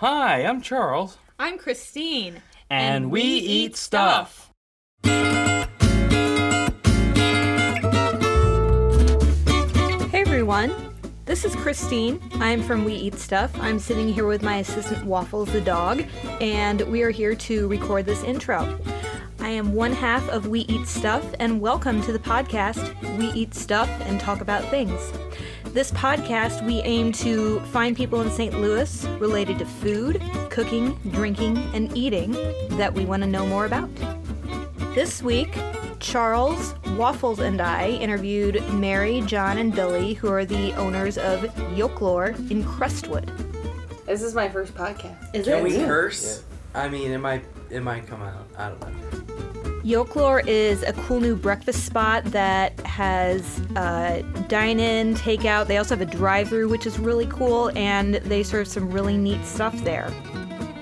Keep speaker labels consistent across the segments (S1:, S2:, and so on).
S1: Hi, I'm Charles.
S2: I'm Christine.
S1: And, we, eat stuff.
S2: Hey everyone. This is Christine. I'm from We Eat Stuff. I'm sitting here with my assistant Waffles the dog, and we are here to record this intro. I am one half of We Eat Stuff, and welcome to the podcast We Eat Stuff and Talk About Things. This podcast, we aim to find people in St. Louis related to food, cooking, drinking, and eating that we want to know more about. This week, Charles, Waffles, and I interviewed Mary, John, and Billy, who are the owners of Yoklore in Crestwood.
S3: This is my first podcast.
S2: Is
S4: Can we curse? I mean, it might it might come out. I don't know.
S2: Yoklore is a cool new breakfast spot that has uh, dine in, takeout. They also have a drive through, which is really cool, and they serve some really neat stuff there.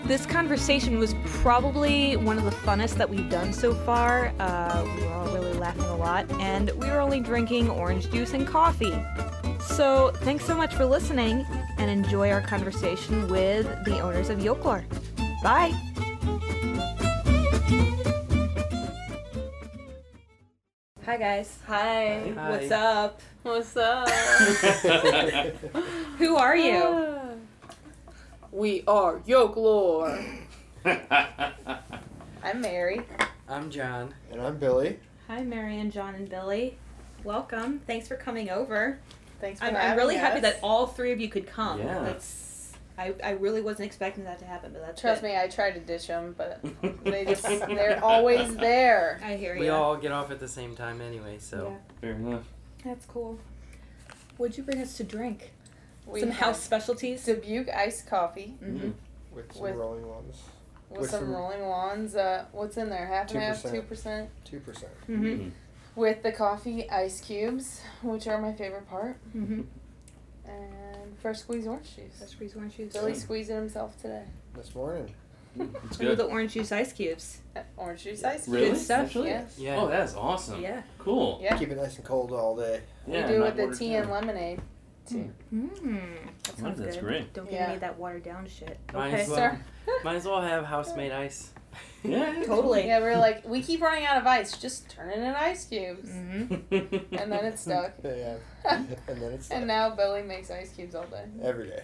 S2: This conversation was probably one of the funnest that we've done so far. Uh, we were all really laughing a lot, and we were only drinking orange juice and coffee. So, thanks so much for listening, and enjoy our conversation with the owners of Yoklore. Bye! Hi guys. Hi.
S4: Hi.
S2: What's up?
S3: What's up?
S2: Who are
S3: Uh,
S2: you?
S3: we are Yoke Lore.
S2: I'm Mary.
S4: I'm John.
S5: And I'm Billy.
S2: Hi, Mary and John and Billy. Welcome. Thanks for coming over.
S3: Thanks for
S2: I'm,
S3: having
S2: I'm really
S3: us.
S2: happy that all three of you could come.
S4: Yeah.
S2: That's I, I really wasn't expecting that to happen, but that's
S3: Trust
S2: good.
S3: me, I tried to ditch them, but they just, they're always there.
S2: I hear
S4: We
S2: you.
S4: all get off at the same time anyway, so
S1: Fair enough.
S2: That's cool. What'd you bring us to drink?
S3: We
S2: Some
S3: have
S2: house specialties.
S3: Dubuque iced coffee
S2: Mm-hmm.
S5: With some
S3: With-
S5: rolling ones.
S3: with
S5: With
S3: some
S5: some-
S3: rolling wands. Uh, what's in there? Half and half,
S5: 2%.
S3: two percent.
S5: Two percent.
S2: Mm-hmm.
S3: With the coffee ice cubes, which are my favorite part,
S2: Mm-hmm.
S3: and fresh squeezed orange juice.
S2: Fresh squeeze orange juice.
S3: Billy squeezing himself today.
S5: This morning.
S1: It's
S2: Ooh,
S1: Mm-hmm. good.
S2: the orange juice ice cubes.
S3: Uh, Orange juice ice cubes.
S1: Really?
S2: Good stuff.
S1: Actually?
S3: Yes.
S4: yeah.
S1: Oh, that's awesome.
S2: Yeah.
S1: Cool.
S3: Yeah.
S5: Keep it nice and cold all day.
S3: We do it with the tea and lemonade. Too.
S2: Mmm. That sounds
S1: that's
S2: good.
S1: great.
S2: Don't give
S3: Mm. Yeah.
S2: me that watered down shit.
S4: Might
S2: okay.
S4: as well.
S3: Sir.
S4: Might as well have house made ice.
S1: Yeah.
S2: Totally.
S3: Yeah, we were like, we keep running out of ice. Just turn it in ice cubes,
S2: Mm-hmm.
S3: and then it's stuck.
S5: Yeah. and then it's
S3: And now Billy makes ice cubes all day.
S5: every day.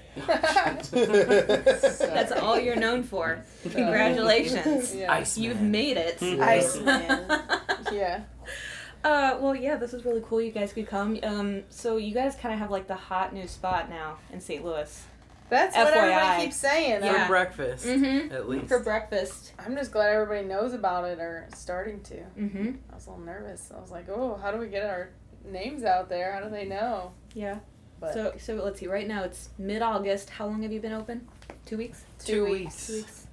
S2: That's all you're known for. Congratulations.
S3: Yeah.
S4: Ice.
S2: You've
S4: man.
S2: made it.
S4: Yeah.
S3: Ice man. Yeah.
S2: uh, well, yeah, this is really cool. You guys could come. Um, so you guys kind of have like the hot new spot now in St. Louis.
S3: That's what
S2: FYI.
S3: everybody keeps saying.
S4: for
S2: Yeah.
S4: breakfast.
S2: Mm-hmm.
S4: At least.
S2: For breakfast.
S3: I'm just glad everybody knows about it or starting to.
S2: Mm-hmm.
S3: I was a little nervous. I was like, oh, how do we get our names out there? How do they know?
S2: Yeah.
S3: But
S2: so so let's see. Right now it's mid-August. How long have you been open? Two weeks.
S3: two
S4: weeks.
S2: weeks.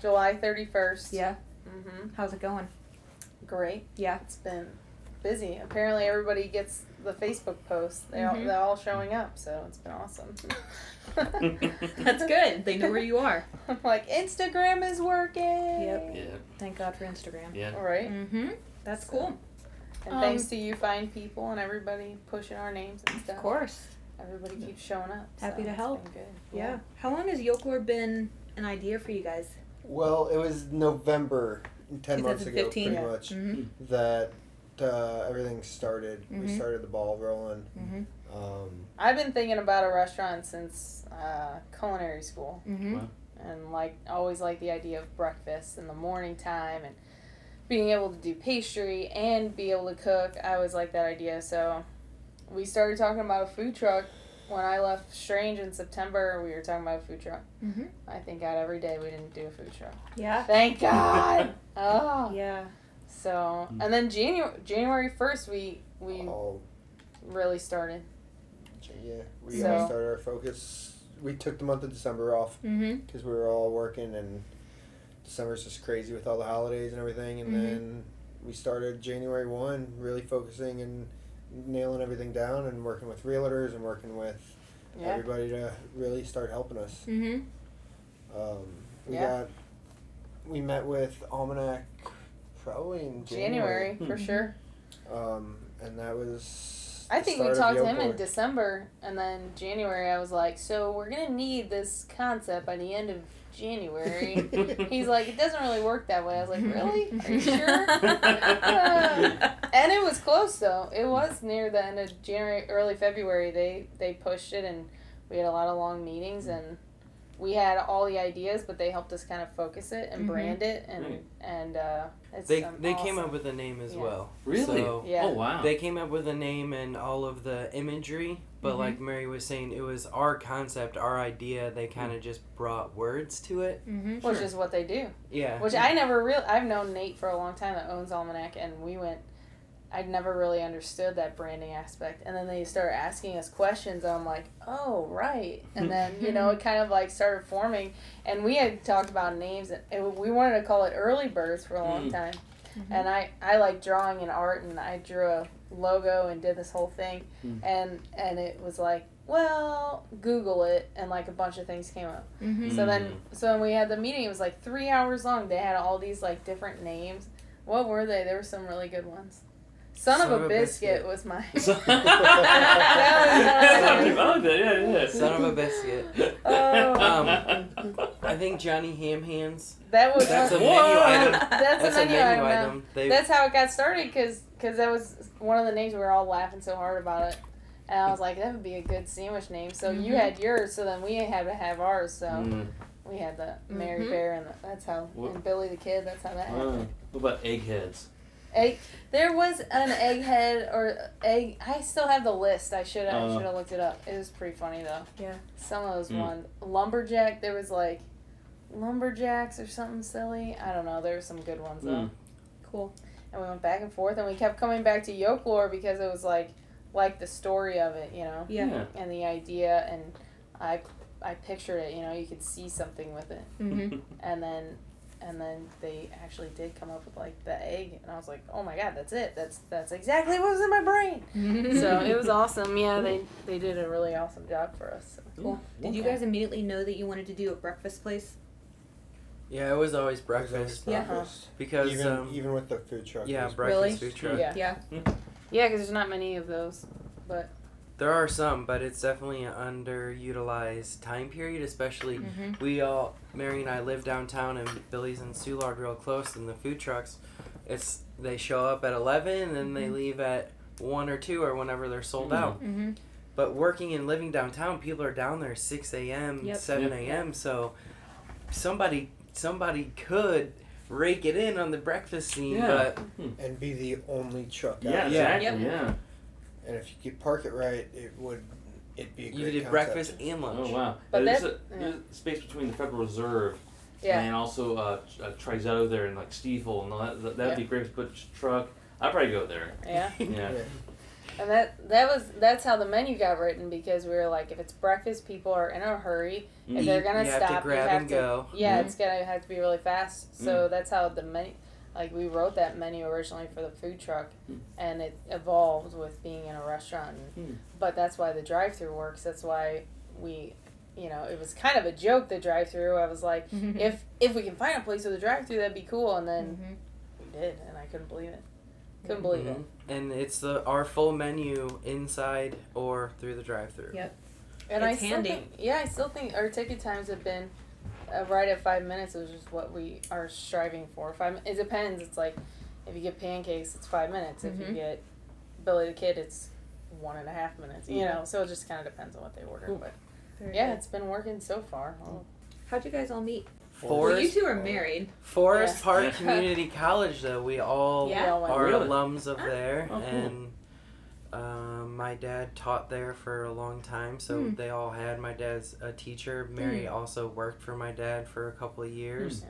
S3: July 31st.
S2: Yeah.
S3: Mm-hmm.
S2: How's it going?
S3: Great.
S2: Yeah.
S3: It's been busy. Apparently, everybody gets the Facebook post. They all,
S2: Mhm.
S3: they're all showing up, so it's been awesome.
S2: That's good. They know where you are.
S3: I'm like, Instagram is working.
S2: Yep.
S1: Yeah.
S2: Thank God for Instagram.
S1: Yeah.
S3: All right.
S2: Mm-hmm. That's
S3: So,
S2: cool.
S3: And
S2: Um,
S3: thanks to you, fine people, and everybody pushing our names and stuff.
S2: Of course.
S3: Everybody keeps showing up. so
S2: Happy to
S3: it's
S2: help.
S3: been good.
S2: Yeah. How long has Yoklore been an idea for you guys?
S5: Well, it was November, ten months ago,
S2: 2015.
S3: Yeah.
S5: pretty much,
S2: Mm-hmm.
S5: that uh, everything started.
S2: Mhm.
S3: Mm-hmm.
S5: We started the ball rolling.
S2: Mhm.
S5: Um,
S3: I've been thinking about a restaurant since uh, culinary school,
S2: Mm-hmm.
S3: and like always like the idea of breakfast in the morning time and being able to do pastry and be able to cook. I always like that idea. So we started talking about a food truck when I left Strange in September. We were talking about a food truck.
S2: Mm-hmm.
S3: I thank God every day we didn't do a food truck.
S2: Yeah.
S3: Thank God. oh.
S2: Yeah.
S3: So and then January January first we we
S5: all,
S3: really started.
S5: yeah, we all
S3: So-
S5: started our focus. We took the month of December off
S2: Mm-hmm.
S5: because we were all working and December's just crazy with all the holidays and everything. And
S3: Mm-hmm.
S2: Mhm.
S5: then we started January 1 really focusing and nailing everything down and working with realtors and working with
S3: Yeah.
S5: everybody to really start helping us.
S2: Mm-hmm.
S5: Um, we
S3: Yeah.
S5: got, we met with Almanac probably in January.
S3: January, for sure.
S5: Um, and that was.
S3: I
S5: the
S3: think we
S5: start of
S3: talked to him
S5: Yopor.
S3: in December and then January I was like, so we're gonna need this concept by the end of January. He's like, it doesn't really work that way. I was like,
S2: Mm-hmm,
S3: really? Are you sure? and it was close though. It was near the end of January, early February. They they pushed it, and we had a lot of long meetings, and we had all the ideas, but they helped us kind of focus it and
S2: Mhm.
S3: brand it, and
S1: Right.
S3: and uh, it's
S4: They
S3: um,
S4: they came
S3: awesome.
S4: up with a name as
S3: Yeah.
S4: well.
S1: Really?
S4: So
S3: Yeah.
S1: Oh wow.
S4: they came up with a name and all of the imagery, but
S3: Mm-hmm.
S2: Mhm.
S4: like Mary was saying, it was our concept, our idea. They kind of just brought words to it.
S2: Mm-hmm.
S3: which
S1: Sure.
S3: is what they do.
S4: Yeah.
S3: Which I never real I've known Nate for a long time that owns Almanac, and we went. I'd never really understood that branding aspect, and then they started asking us questions, and I'm like, oh right, and then you know it kind of like started forming, and we had talked about names, and it, we wanted to call it early birds for a long
S1: Mm.
S3: time, and I I like drawing and art, and I drew a logo and did this whole thing,
S1: Mm.
S3: and and it was like, well, Google it, and like a bunch of things came up.
S2: Mm-hmm.
S3: So then, so then we had the meeting. It was like three hours long. They had all these like different names. What were they? There were some really good ones. Son, of, a, biscuit, was my.
S1: So-
S3: That was-
S1: Something about it, yeah, yeah. Um,
S4: Son of a biscuit.
S3: Oh.
S4: I think Johnny Ham Hands.
S3: that was
S4: That's a
S1: Whoa.
S4: menu item.
S3: that's,
S4: That's
S3: a
S4: a
S3: menu,
S4: menu
S3: item.
S4: item. They
S3: That's how it got started because that was one of the names we were all laughing so hard about it. And I was like, that would be a good sandwich name. So you
S2: Mhm.
S3: had yours, so then we had to have ours. So
S1: Mm.
S3: we had the Mary
S2: Mhm.
S3: Bear and the, that's how
S1: Wha-
S3: and Billy the Kid. That's how that happened.
S1: Wow. What about eggheads?
S3: Egg. There was an egghead or egg. I still have the list. I should I
S1: Uh.
S3: should have looked it up. It was pretty funny though.
S2: Yeah.
S3: Some of those
S1: Mm.
S3: ones. Lumberjack. There was like lumberjacks or something silly. I don't know. There were some good ones though.
S1: Mm.
S2: Cool.
S3: And we went back and forth, and we kept coming back to yoke lore because it was like like the story of it, you know,
S2: Yeah.
S3: and the idea, and I I pictured it. You know, you could see something with it,
S2: Mm-hmm.
S3: and then. And then they actually did come up with like the egg, and I was like, "Oh my god, that's it! That's that's exactly what was in my brain."
S2: mm-hmm.
S3: so it was awesome. Yeah, they they did a really awesome job for us.
S2: Cool. Did you guys immediately know that you wanted to do a breakfast place?
S4: yeah, it was always
S5: There's always
S4: breakfast
S2: Yeah.
S5: breakfast.
S4: because
S5: Even
S4: um,
S5: even with the food truck.
S4: yeah,
S5: there's
S4: breakfast
S2: Really?
S4: food truck.
S3: Yeah,
S2: Yeah.
S3: yeah, because there's not many of those.
S4: There are some, but it's definitely an underutilized time period, especially
S2: Mm-hmm.
S4: we all Mary and I live downtown and Billy's and Soulard real close and the food trucks it's they show up at 11 and then
S3: Mm-hmm.
S4: they leave at 1 or 2 or whenever they're sold
S1: Mhm.
S4: out.
S2: Mm-hmm.
S4: But working and living downtown, people are down there 6 a.m.,
S2: Yep.
S4: 7
S1: Yep.
S4: a.m. So somebody somebody could rake it in on the breakfast scene,
S1: Yeah.
S4: but
S5: And be the only truck.
S1: Yeah,
S5: out.
S4: Yeah.
S1: exactly. Yeah.
S5: And if you could park it right, it would. It'd be a great
S4: you did
S5: concept.
S4: breakfast and lunch.
S1: Oh wow.
S3: But
S1: there's,
S3: that-
S1: a, there's a space between the Federal Reserve
S3: Yeah,
S1: and also uh, uh, Trizetto there and like Steeple and all that that would
S3: Yeah.
S1: be great to put a truck. I'd probably go there.
S3: yeah,
S1: Yeah.
S3: and that that was that's how the menu got written because we were like, if it's breakfast, people are in a hurry.
S1: Mm.
S3: If they're
S4: Eat,
S3: gonna
S4: you
S3: stop,
S4: have to grab
S3: you have
S4: and
S3: to.
S4: go.
S3: Yeah,
S1: Mhm.
S3: it's gonna have to be really fast. So that's how the menu, like we wrote that menu originally for the food truck,
S1: Mm.
S3: and it evolved with being in a restaurant. And,
S1: Mm.
S3: But that's why the drive-through works. That's why we, you know, it was kind of a joke the drive-through. I was like,
S2: Hmm. mm-hmm.
S3: if if we can find a place with a drive-through, that'd be cool. And then
S2: Mhm.
S3: we did, and I couldn't believe it. Couldn't believe it.
S1: Mm-hmm.
S4: And it's the our full menu inside or through the drive-through.
S2: Yeah.
S3: And I
S2: It's
S3: still
S2: handy.
S3: think, yeah, I still think our ticket times have been uh, right at five minutes, which is what we are striving for. Five. It depends. It's like if you get pancakes, it's five minutes. If
S2: Mhm.
S3: you get Billy the Kid, it's one and a half minutes. You know, so it just kind of depends on what they order. But
S2: Very
S3: yeah,
S2: good.
S3: it's been working so far. Oh,
S2: How'd you guys all meet? Well, you
S4: Forest
S2: two are married.
S4: Forest
S3: Yeah.
S4: Park
S1: Yeah.
S4: Community College though, we all
S2: Yeah.
S3: we all went-
S4: are
S1: Really?
S4: alums of there
S1: Oh, cool.
S4: and um, my dad taught there for a long time, so
S2: Hmm.
S4: they all had my dad's a teacher. Mary also worked for my dad for a couple of years.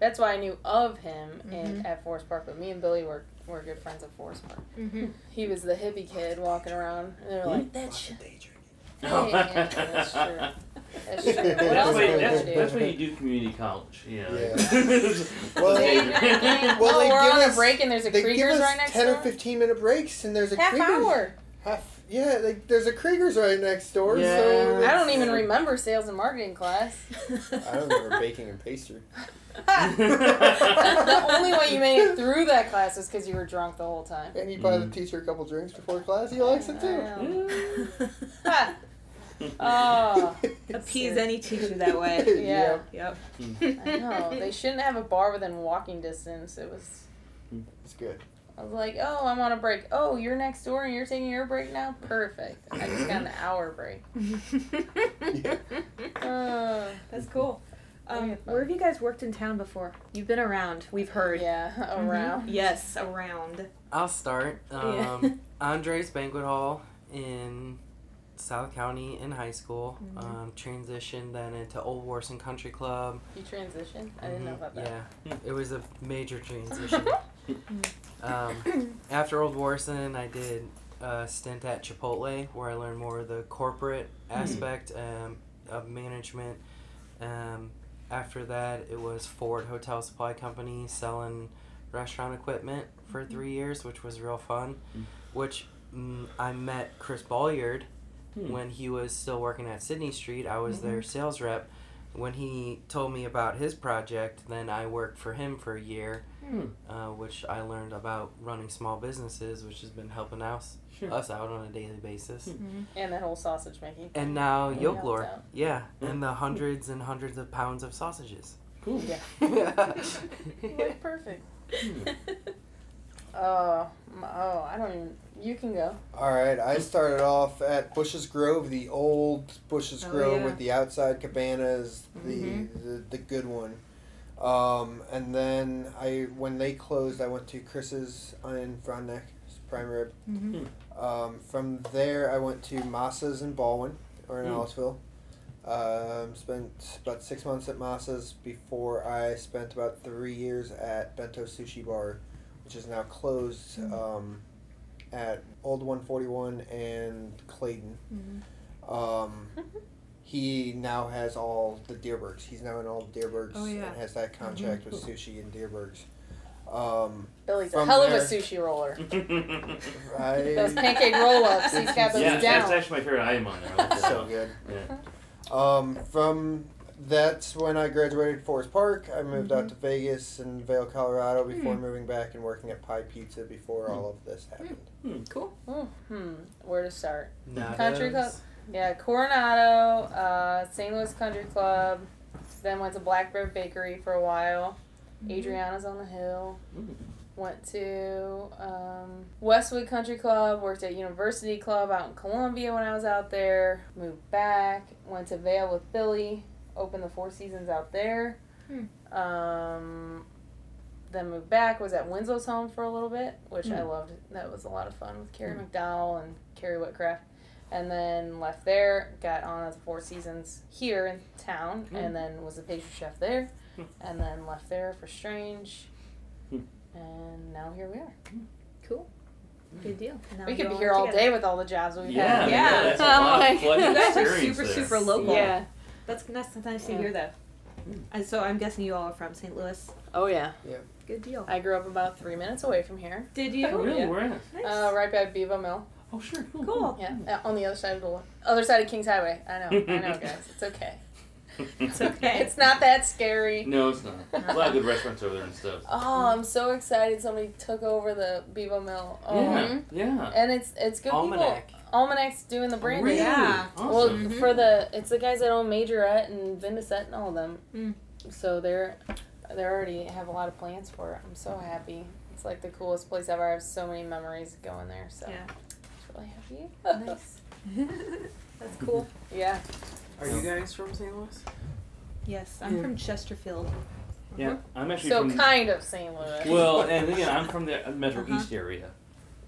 S3: That's why I knew of him in, at Forest Park. But me and Billy were were good friends at Forest Park.
S2: Mm-hmm.
S3: He was the hippie kid walking around, and they were like, "That
S5: Lots
S3: shit."
S5: of day drinking.
S3: Yeah, yeah, that's true. That's true. What
S1: That's
S3: else
S1: why,
S3: would
S1: that's,
S3: you do?
S1: that's why you do community college. Yeah.
S3: well,
S5: Well, Well, they
S3: Oh, we're
S5: give
S3: on
S5: us-
S3: a break and there's a
S5: They give
S3: Krieger's
S5: us
S3: right next
S5: ten
S3: door.
S5: or fifteen minute breaks, and there's a
S3: Half
S5: Krieger's.
S3: hour.
S5: Half. Yeah, like there's a Krieger's right next door.
S4: Yeah.
S5: So
S3: I don't even remember sales and marketing class.
S5: I don't remember baking and pastry.
S3: the only way you made it through that class was because you were drunk the whole time.
S5: And you buy the
S1: Mm.
S5: teacher a couple drinks before class. He likes it
S3: I
S5: too.
S3: know. Ha!
S1: Uh,
S3: Oh.
S2: Appease any teacher that way.
S3: Yeah.
S2: Yep.
S3: I know. They shouldn't have a bar within walking distance. It was.
S5: It's good.
S3: I was like, oh, I'm on a break. Oh, you're next door and you're taking your break now? Perfect. I just got an hour break. Uh,
S2: That's cool.
S3: Oh,
S2: Um,
S3: yeah.
S2: where have you guys worked in town before? You've been around. We've heard.
S3: Mm-hmm. yeah,
S2: Mhm.
S3: around.
S2: Yes, around.
S4: I'll start.
S2: Yeah.
S4: Um, Andres Banquet Hall in South County in high school.
S2: Mhm.
S4: Um, transitioned then into Old Warson Country Club.
S3: You transitioned? I didn't know
S4: Mhm,
S3: about that.
S4: Yeah, it was a major transition. um, after Old Warson, I did a stint at Chipotle where I learned more of the corporate aspect um, of management. Um, after that, it was Ford Hotel Supply Company selling restaurant equipment for three years, which was real fun.
S1: Mm.
S4: Which mm, I met Chris Balliard
S1: hmm.
S4: when he was still working at Sydney Street. I was their sales rep. When he told me about his project, then I worked for him for a year,
S1: Hmm.
S4: uh, which I learned about running small businesses, which has been helping us
S1: Sure. Uh,
S4: us out on a daily basis.
S2: Mm-hmm.
S3: And that whole sausage making.
S4: And now
S1: Yeah.
S4: Yokelore,
S3: Yeah.
S4: yeah, and the hundreds and hundreds of pounds of sausages.
S1: Cool.
S3: Yeah. You look perfect.
S1: Hmm.
S3: Oh, m- oh, I don't even. You can go.
S5: All right, I started off at Bush's Grove, the old Bush's
S2: Oh,
S5: Grove
S2: yeah. Mm-hmm.
S5: with the outside cabanas, the, the the good one. Um, and then I, when they closed, I went to Chris's in Front Neck, it's prime rib.
S2: Mhm.
S5: Um, from there, I went to Massa's in Baldwin, or in
S1: Mm.
S5: Ellisville. Um, spent about six months at Massa's before I spent about three years at Bento Sushi Bar, which is now closed
S2: Hmm.
S5: um, at Old 141 and Clayton.
S2: Mm-hmm.
S5: Um, he now has all the Deerbergs. He's now in all the Deerbergs
S2: Oh, yeah. Mm-hmm.
S5: and has that contract with sushi and Deerbergs. Um,
S3: Billy's a
S5: From
S3: hell of
S5: there-
S3: a sushi roller. Those
S5: I,
S3: pancake roll ups, he's got those
S1: yeah, that's
S3: down.
S1: actually my favorite item on there. I like that.
S5: so good.
S1: Yeah.
S5: Um, from that's when I graduated Forest Park. I moved
S2: Mm-hmm.
S5: out to Vegas and Vail, Colorado, before
S2: Hmm.
S5: moving back and working at Pie Pizza before all of this happened.
S2: Cool.
S3: Hmm, where to start?
S4: Nados.
S3: Country club. Yeah, Coronado, uh, St. Louis Country Club, then went to Blackbird Bakery for a while.
S2: Mm-hmm.
S3: Adriana's on the Hill.
S1: Mm.
S3: Went to um, Westwood Country Club, worked at University Club out in Columbia when I was out there, moved back, went to Vale with Billy, opened the Four Seasons out there. Um, then moved back, was at Winslow's home for a little bit, which I loved. That was a lot of fun with Carrie McDowell and Carrie Whitcraft. And then left there, got on at the Four Seasons here in town, and then was a pastry chef there, and then left there for Strange.
S1: Hmm.
S3: And now here we are.
S2: Cool. Good deal. Now
S3: we
S2: you
S3: could be
S2: all
S3: here all
S2: together.
S3: day with all the jobs we've
S1: Yeah,
S3: had.
S2: yeah,
S1: that's a
S3: I'm
S1: lot of
S3: like-
S1: fun.
S2: You guys are
S1: Experience
S2: super,
S1: there.
S2: super local.
S3: yeah.
S2: That's, that's nice to
S3: Yeah.
S2: hear, though.
S3: Mm-hmm.
S2: And so I'm guessing you all are from St. Louis.
S3: Oh yeah.
S2: Good deal.
S3: I grew up about three minutes away from here,
S2: Did you?
S1: Oh, really?
S3: Yeah.
S1: Where at?
S2: Nice.
S3: uh, right by Beaver Mill.
S1: Oh, sure. Cool. Hmm.
S2: cool.
S3: Yeah, uh, on the other side of the other side of Kings Highway. I know, I know, guys. It's okay.
S1: it's
S2: okay.
S3: It's not that scary.
S1: No, it's not. A lot of good restaurants over there and stuff.
S3: Oh, I'm so excited! Somebody took over the Bevo Mill. Oh.
S1: Yeah, yeah.
S3: And it's it's good
S4: Almanac.
S3: people. Almanac's doing the branding.
S1: Really?
S2: Yeah.
S1: Awesome.
S3: Well,
S2: Mm-hmm.
S3: for the it's the guys that own Majorette and Vindicet and all of them.
S2: Mm.
S3: So they're they already have a lot of plans for it. I'm so happy. It's like the coolest place ever. I have so many memories going there. So
S2: Yeah.
S3: I'm just really happy.
S2: Nice. That's cool.
S3: yeah.
S4: Are you guys from St. Louis?
S2: Yes, I'm
S1: Yeah.
S2: from Chesterfield.
S1: yeah, I'm actually
S3: So
S1: from.
S3: kind of St. Louis.
S1: well, and again, I'm from the Metro
S2: Uh-huh.
S1: East area.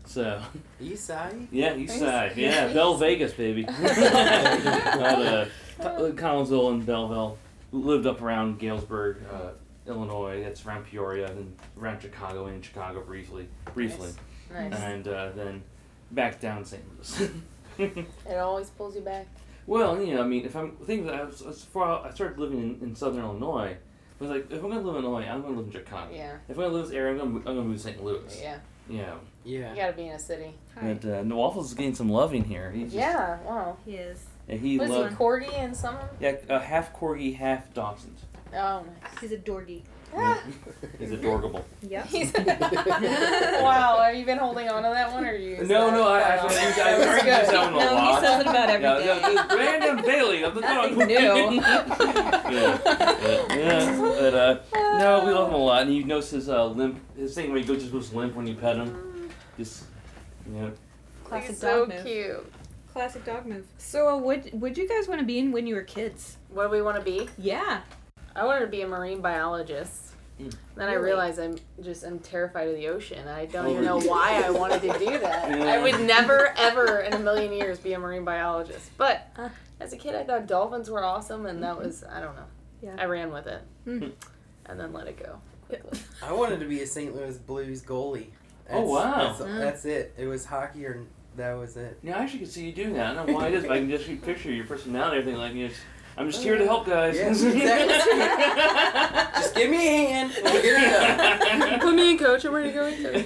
S1: So,
S4: East side.
S1: yeah, East
S3: East-
S1: Side. Yeah,
S3: East.
S1: Bell Vegas, baby. Not, uh, Collinsville and Belleville. Lived up around Galesburg, uh, Illinois. That's around Peoria and around Chicago and Chicago briefly. Briefly.
S3: Nice.
S1: And uh, then back down St. Louis.
S3: It always pulls you back.
S1: Well, you know, I mean, if I'm thinking that I was, as far I started living in, in Southern Illinois, I was like, if I'm gonna live in Illinois, I'm gonna live in Chicago.
S3: Yeah.
S1: If I'm gonna live this area, I'm gonna, mo- I'm gonna move to St. Louis.
S3: Yeah.
S1: Yeah.
S4: Yeah.
S3: You gotta be in a city.
S2: Uh-huh. Hi.
S1: But uh, the waffles is getting some loving here. He just,
S3: Yeah, wow.
S2: He is.
S1: and he
S3: Was he
S1: loved.
S3: corgi and some?
S1: Yeah, uh, half corgi, half Dachshund.
S3: Oh,
S2: He's a door geek.
S3: nice.
S1: He's adorable.
S2: Yep.
S3: He's- wow, have you been holding on to that one, or you? used
S1: No,
S3: that?
S1: no, I- I- I-
S3: Wow.
S1: I-
S3: That was
S1: I- I-
S3: good.
S1: that one a
S2: no, he
S1: lot.
S2: says it about
S1: Yeah,
S2: everything.
S1: yeah, just random bailing of the dog.
S2: Nothing new.
S1: yeah, yeah, yeah. But, uh, no, we love him a lot, and you notice his uh, limp, his thing where he goes just goes limp when you pet him. Just, you know,
S2: Classic
S3: He's so
S2: dog move.
S3: cute.
S2: Classic dog move. So, uh, would would you guys want to be in when you were kids?
S3: What do we want to be?
S2: Yeah.
S3: I wanted to be a marine biologist.
S4: Hmm.
S1: Mm.
S3: Then I
S2: Really?
S3: realized I'm just I'm terrified of the ocean. I don't
S1: Oh,
S3: even know
S1: really?
S3: why I wanted to do that.
S1: Yeah.
S3: I would never, ever in a million years be a marine biologist. But
S2: Uh.
S3: as a kid, I thought dolphins were awesome, and that was I don't know.
S2: Yeah.
S3: I ran with it,
S2: Mm.
S3: and then let it go. quickly.
S4: I wanted to be a St. Louis Blues goalie. That's,
S1: Oh, wow.
S4: That's,
S2: Mm.
S4: that's it. It was hockey, or that was it.
S1: you know, I actually can see you doing that. I don't know why it is, but I can just picture your personality and everything. Like, you just, I'm just here to help, guys.
S4: Yeah, exactly. Just give me a hand. We'll get it done.
S3: Put me in, coach. I'm ready to go in, coach.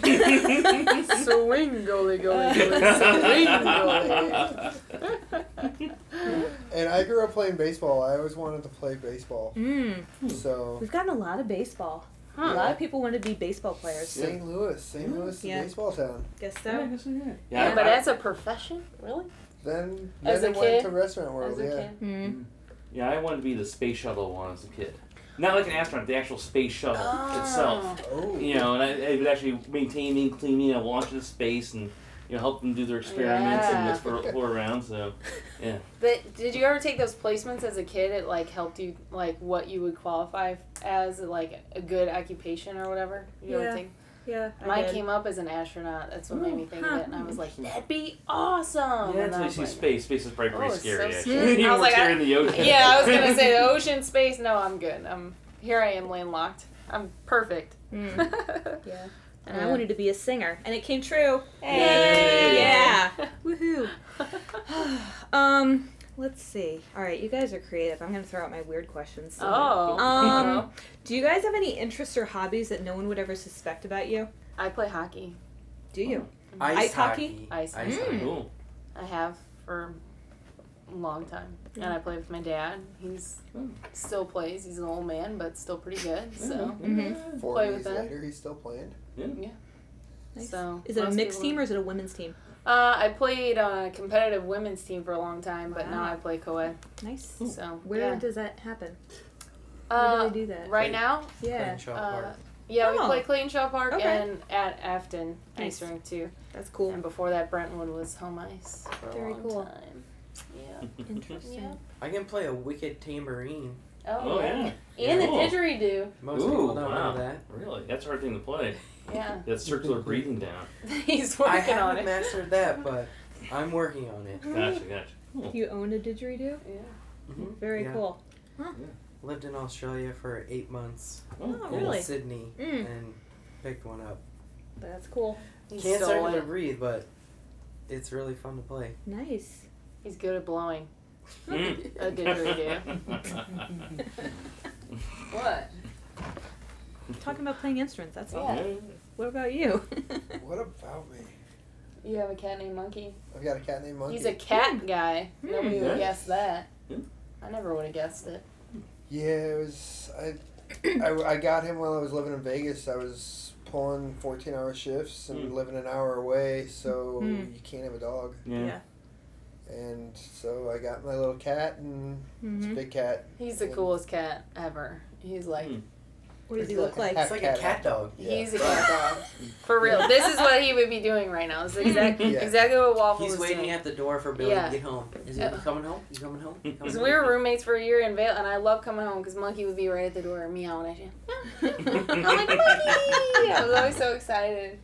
S3: Swing, goalie, goalie, goalie, swing, goalie.
S5: And I grew up playing baseball. I always wanted to play baseball.
S2: Mm.
S5: So
S2: We've gotten a lot of baseball. A lot of people want to be baseball players.
S5: St. Louis, St. Louis is a
S2: Yeah.
S5: baseball town.
S2: Guess
S1: Yeah, I
S2: so.
S1: guess so, yeah.
S3: Yeah,
S1: I-
S3: but
S1: I-
S3: as a profession, really?
S5: Then then
S3: As
S5: it
S3: a
S5: went
S3: kid?
S5: to restaurant world.
S3: As a
S5: yeah.
S3: kid?
S2: Mm.
S1: Yeah, I wanted to be the space shuttle one as a kid. Not like an astronaut, the actual space shuttle
S3: Ah.
S1: itself.
S5: Oh.
S1: You know, and I, I would actually maintain and clean me and launch into space and you know help them do their experiments
S3: Yeah.
S1: and explore, explore around. So
S3: But did you ever take those placements as a kid? It like helped you like what you would qualify as like a good occupation or whatever. You ever
S2: Yeah,
S3: take?
S2: Yeah. I
S3: Mine
S2: did.
S3: came up as an astronaut. That's what made me think
S2: Ooh,
S3: of
S2: huh.
S3: it, and I was like,
S1: Interesting.
S3: that'd be awesome.
S1: yeah,
S3: and
S1: until
S3: I
S1: you
S3: Oh, was
S1: see
S3: like,
S1: space, space is probably pretty
S3: Oh, it's
S1: scary.
S3: so
S1: actually,
S3: scary.
S1: Even
S3: I was
S1: more
S3: like,
S1: scary
S3: I-
S1: in the ocean.
S3: yeah, I was gonna say oh, the ocean, space. No, I'm good. I'm here. I am landlocked. I'm perfect.
S1: Hmm.
S2: Mm. Yeah. And I wanted to be a singer, and it came true.
S1: Yay.
S2: Yeah. Woohoo. Um, let's see. All right, you guys are creative. I'm gonna throw out my weird questions.
S3: oh.
S2: Um, do you guys have any interests or hobbies that no one would ever suspect about you?
S3: I play hockey.
S2: Do you?
S4: Ice,
S2: Ice hockey?
S3: Ice
S4: Ice
S2: hockey.
S4: hockey.
S1: Cool.
S3: I have for a long time. And I play with my dad. He's
S1: Oh.
S2: Hmm.
S3: still plays. He's an old man, but still pretty good. So,
S2: Mhm.
S5: Four
S3: Play
S5: years
S3: with it.
S5: later, he's still playing.
S2: Nice.
S3: so
S2: Is it a
S3: most
S2: mixed
S3: people-
S2: team or is it a women's team?
S3: Uh, I played on a competitive women's team for a long time, but now
S2: Wow.
S3: I play co-ed.
S2: Nice.
S1: Ooh.
S3: So
S2: Where
S3: yeah.
S2: does that happen? Where
S3: uh,
S2: do they do that?
S3: right
S4: Right.
S3: now,
S2: Yeah,
S4: Playing shot
S3: uh,
S4: park.
S3: yeah,
S2: Oh.
S3: we play Clayton Shaw Park
S2: Okay.
S3: and at Afton
S2: Nice.
S3: Ice Rink too.
S2: that's cool.
S3: And before that, Brentwood was home ice for a
S2: Very
S3: long
S2: cool.
S3: time. Yeah.
S2: Interesting.
S3: Yeah.
S4: I can play a wicked tambourine.
S1: Oh yeah,
S3: And the
S1: Cool.
S3: didgeridoo.
S4: Most
S1: Ooh,
S4: people don't
S1: wow.
S4: know that.
S1: really? That's a hard thing to play.
S3: Yeah.
S1: That circular breathing down.
S3: He's
S4: I
S3: working on
S4: haven't
S3: it.
S4: mastered that, but I'm working on it.
S2: Mm-hmm.
S1: Gotcha, gotcha.
S2: You own a didgeridoo?
S3: Yeah.
S4: Mhm.
S2: Very
S4: Yeah.
S2: cool.
S4: Lived in Australia for eight months
S1: Oh,
S2: Oh,
S1: cool.
S2: really?
S4: in Sydney
S2: Mm.
S4: and picked one up.
S2: That's cool.
S3: He's
S4: Can't
S3: so
S4: start to
S3: good.
S4: breathe, but it's really fun to play.
S2: Nice.
S3: He's good at blowing.
S1: Mm.
S3: A didgeridoo. What?
S2: Talking about playing instruments, that's all.
S3: Yeah.
S2: What about you?
S5: What about me?
S3: You have a cat named Monkey.
S5: I've got a cat named Monkey.
S3: He's a cat guy.
S2: Hmm.
S3: Nobody would
S1: Yeah.
S3: guess that.
S1: Yeah.
S3: I never would have guessed it.
S5: Yeah, it was. I, I, I got him while I was living in Vegas. I was pulling 14 hour shifts and
S1: Mm.
S5: living an hour away, so
S2: Mm.
S3: Hmm.
S5: you can't have a dog.
S1: Yeah.
S5: And so I got my little cat, and it's a
S3: Mm-hmm.
S2: Mhm.
S5: big cat.
S3: He's the
S5: Yeah.
S3: coolest cat ever. He's like,
S1: Hmm.
S2: What does
S5: It's
S2: he look like?
S5: half
S4: It's like a cat dog.
S5: Yeah.
S3: he's a cat dog. For real. This is what he would be doing right now. It's exactly,
S5: Yeah.
S3: exactly what Waffle
S4: He's
S3: was
S4: waiting
S3: doing.
S4: at the door for Billy
S3: uh, Yeah.
S4: to get home. Is he
S3: Yeah.
S4: coming home? You coming home? You coming
S3: Because
S4: home?
S3: we were roommates for a year in Vale, and I love coming home because Monkey would be right at the door meowing at you. I'm like, Monkey! I was always so excited.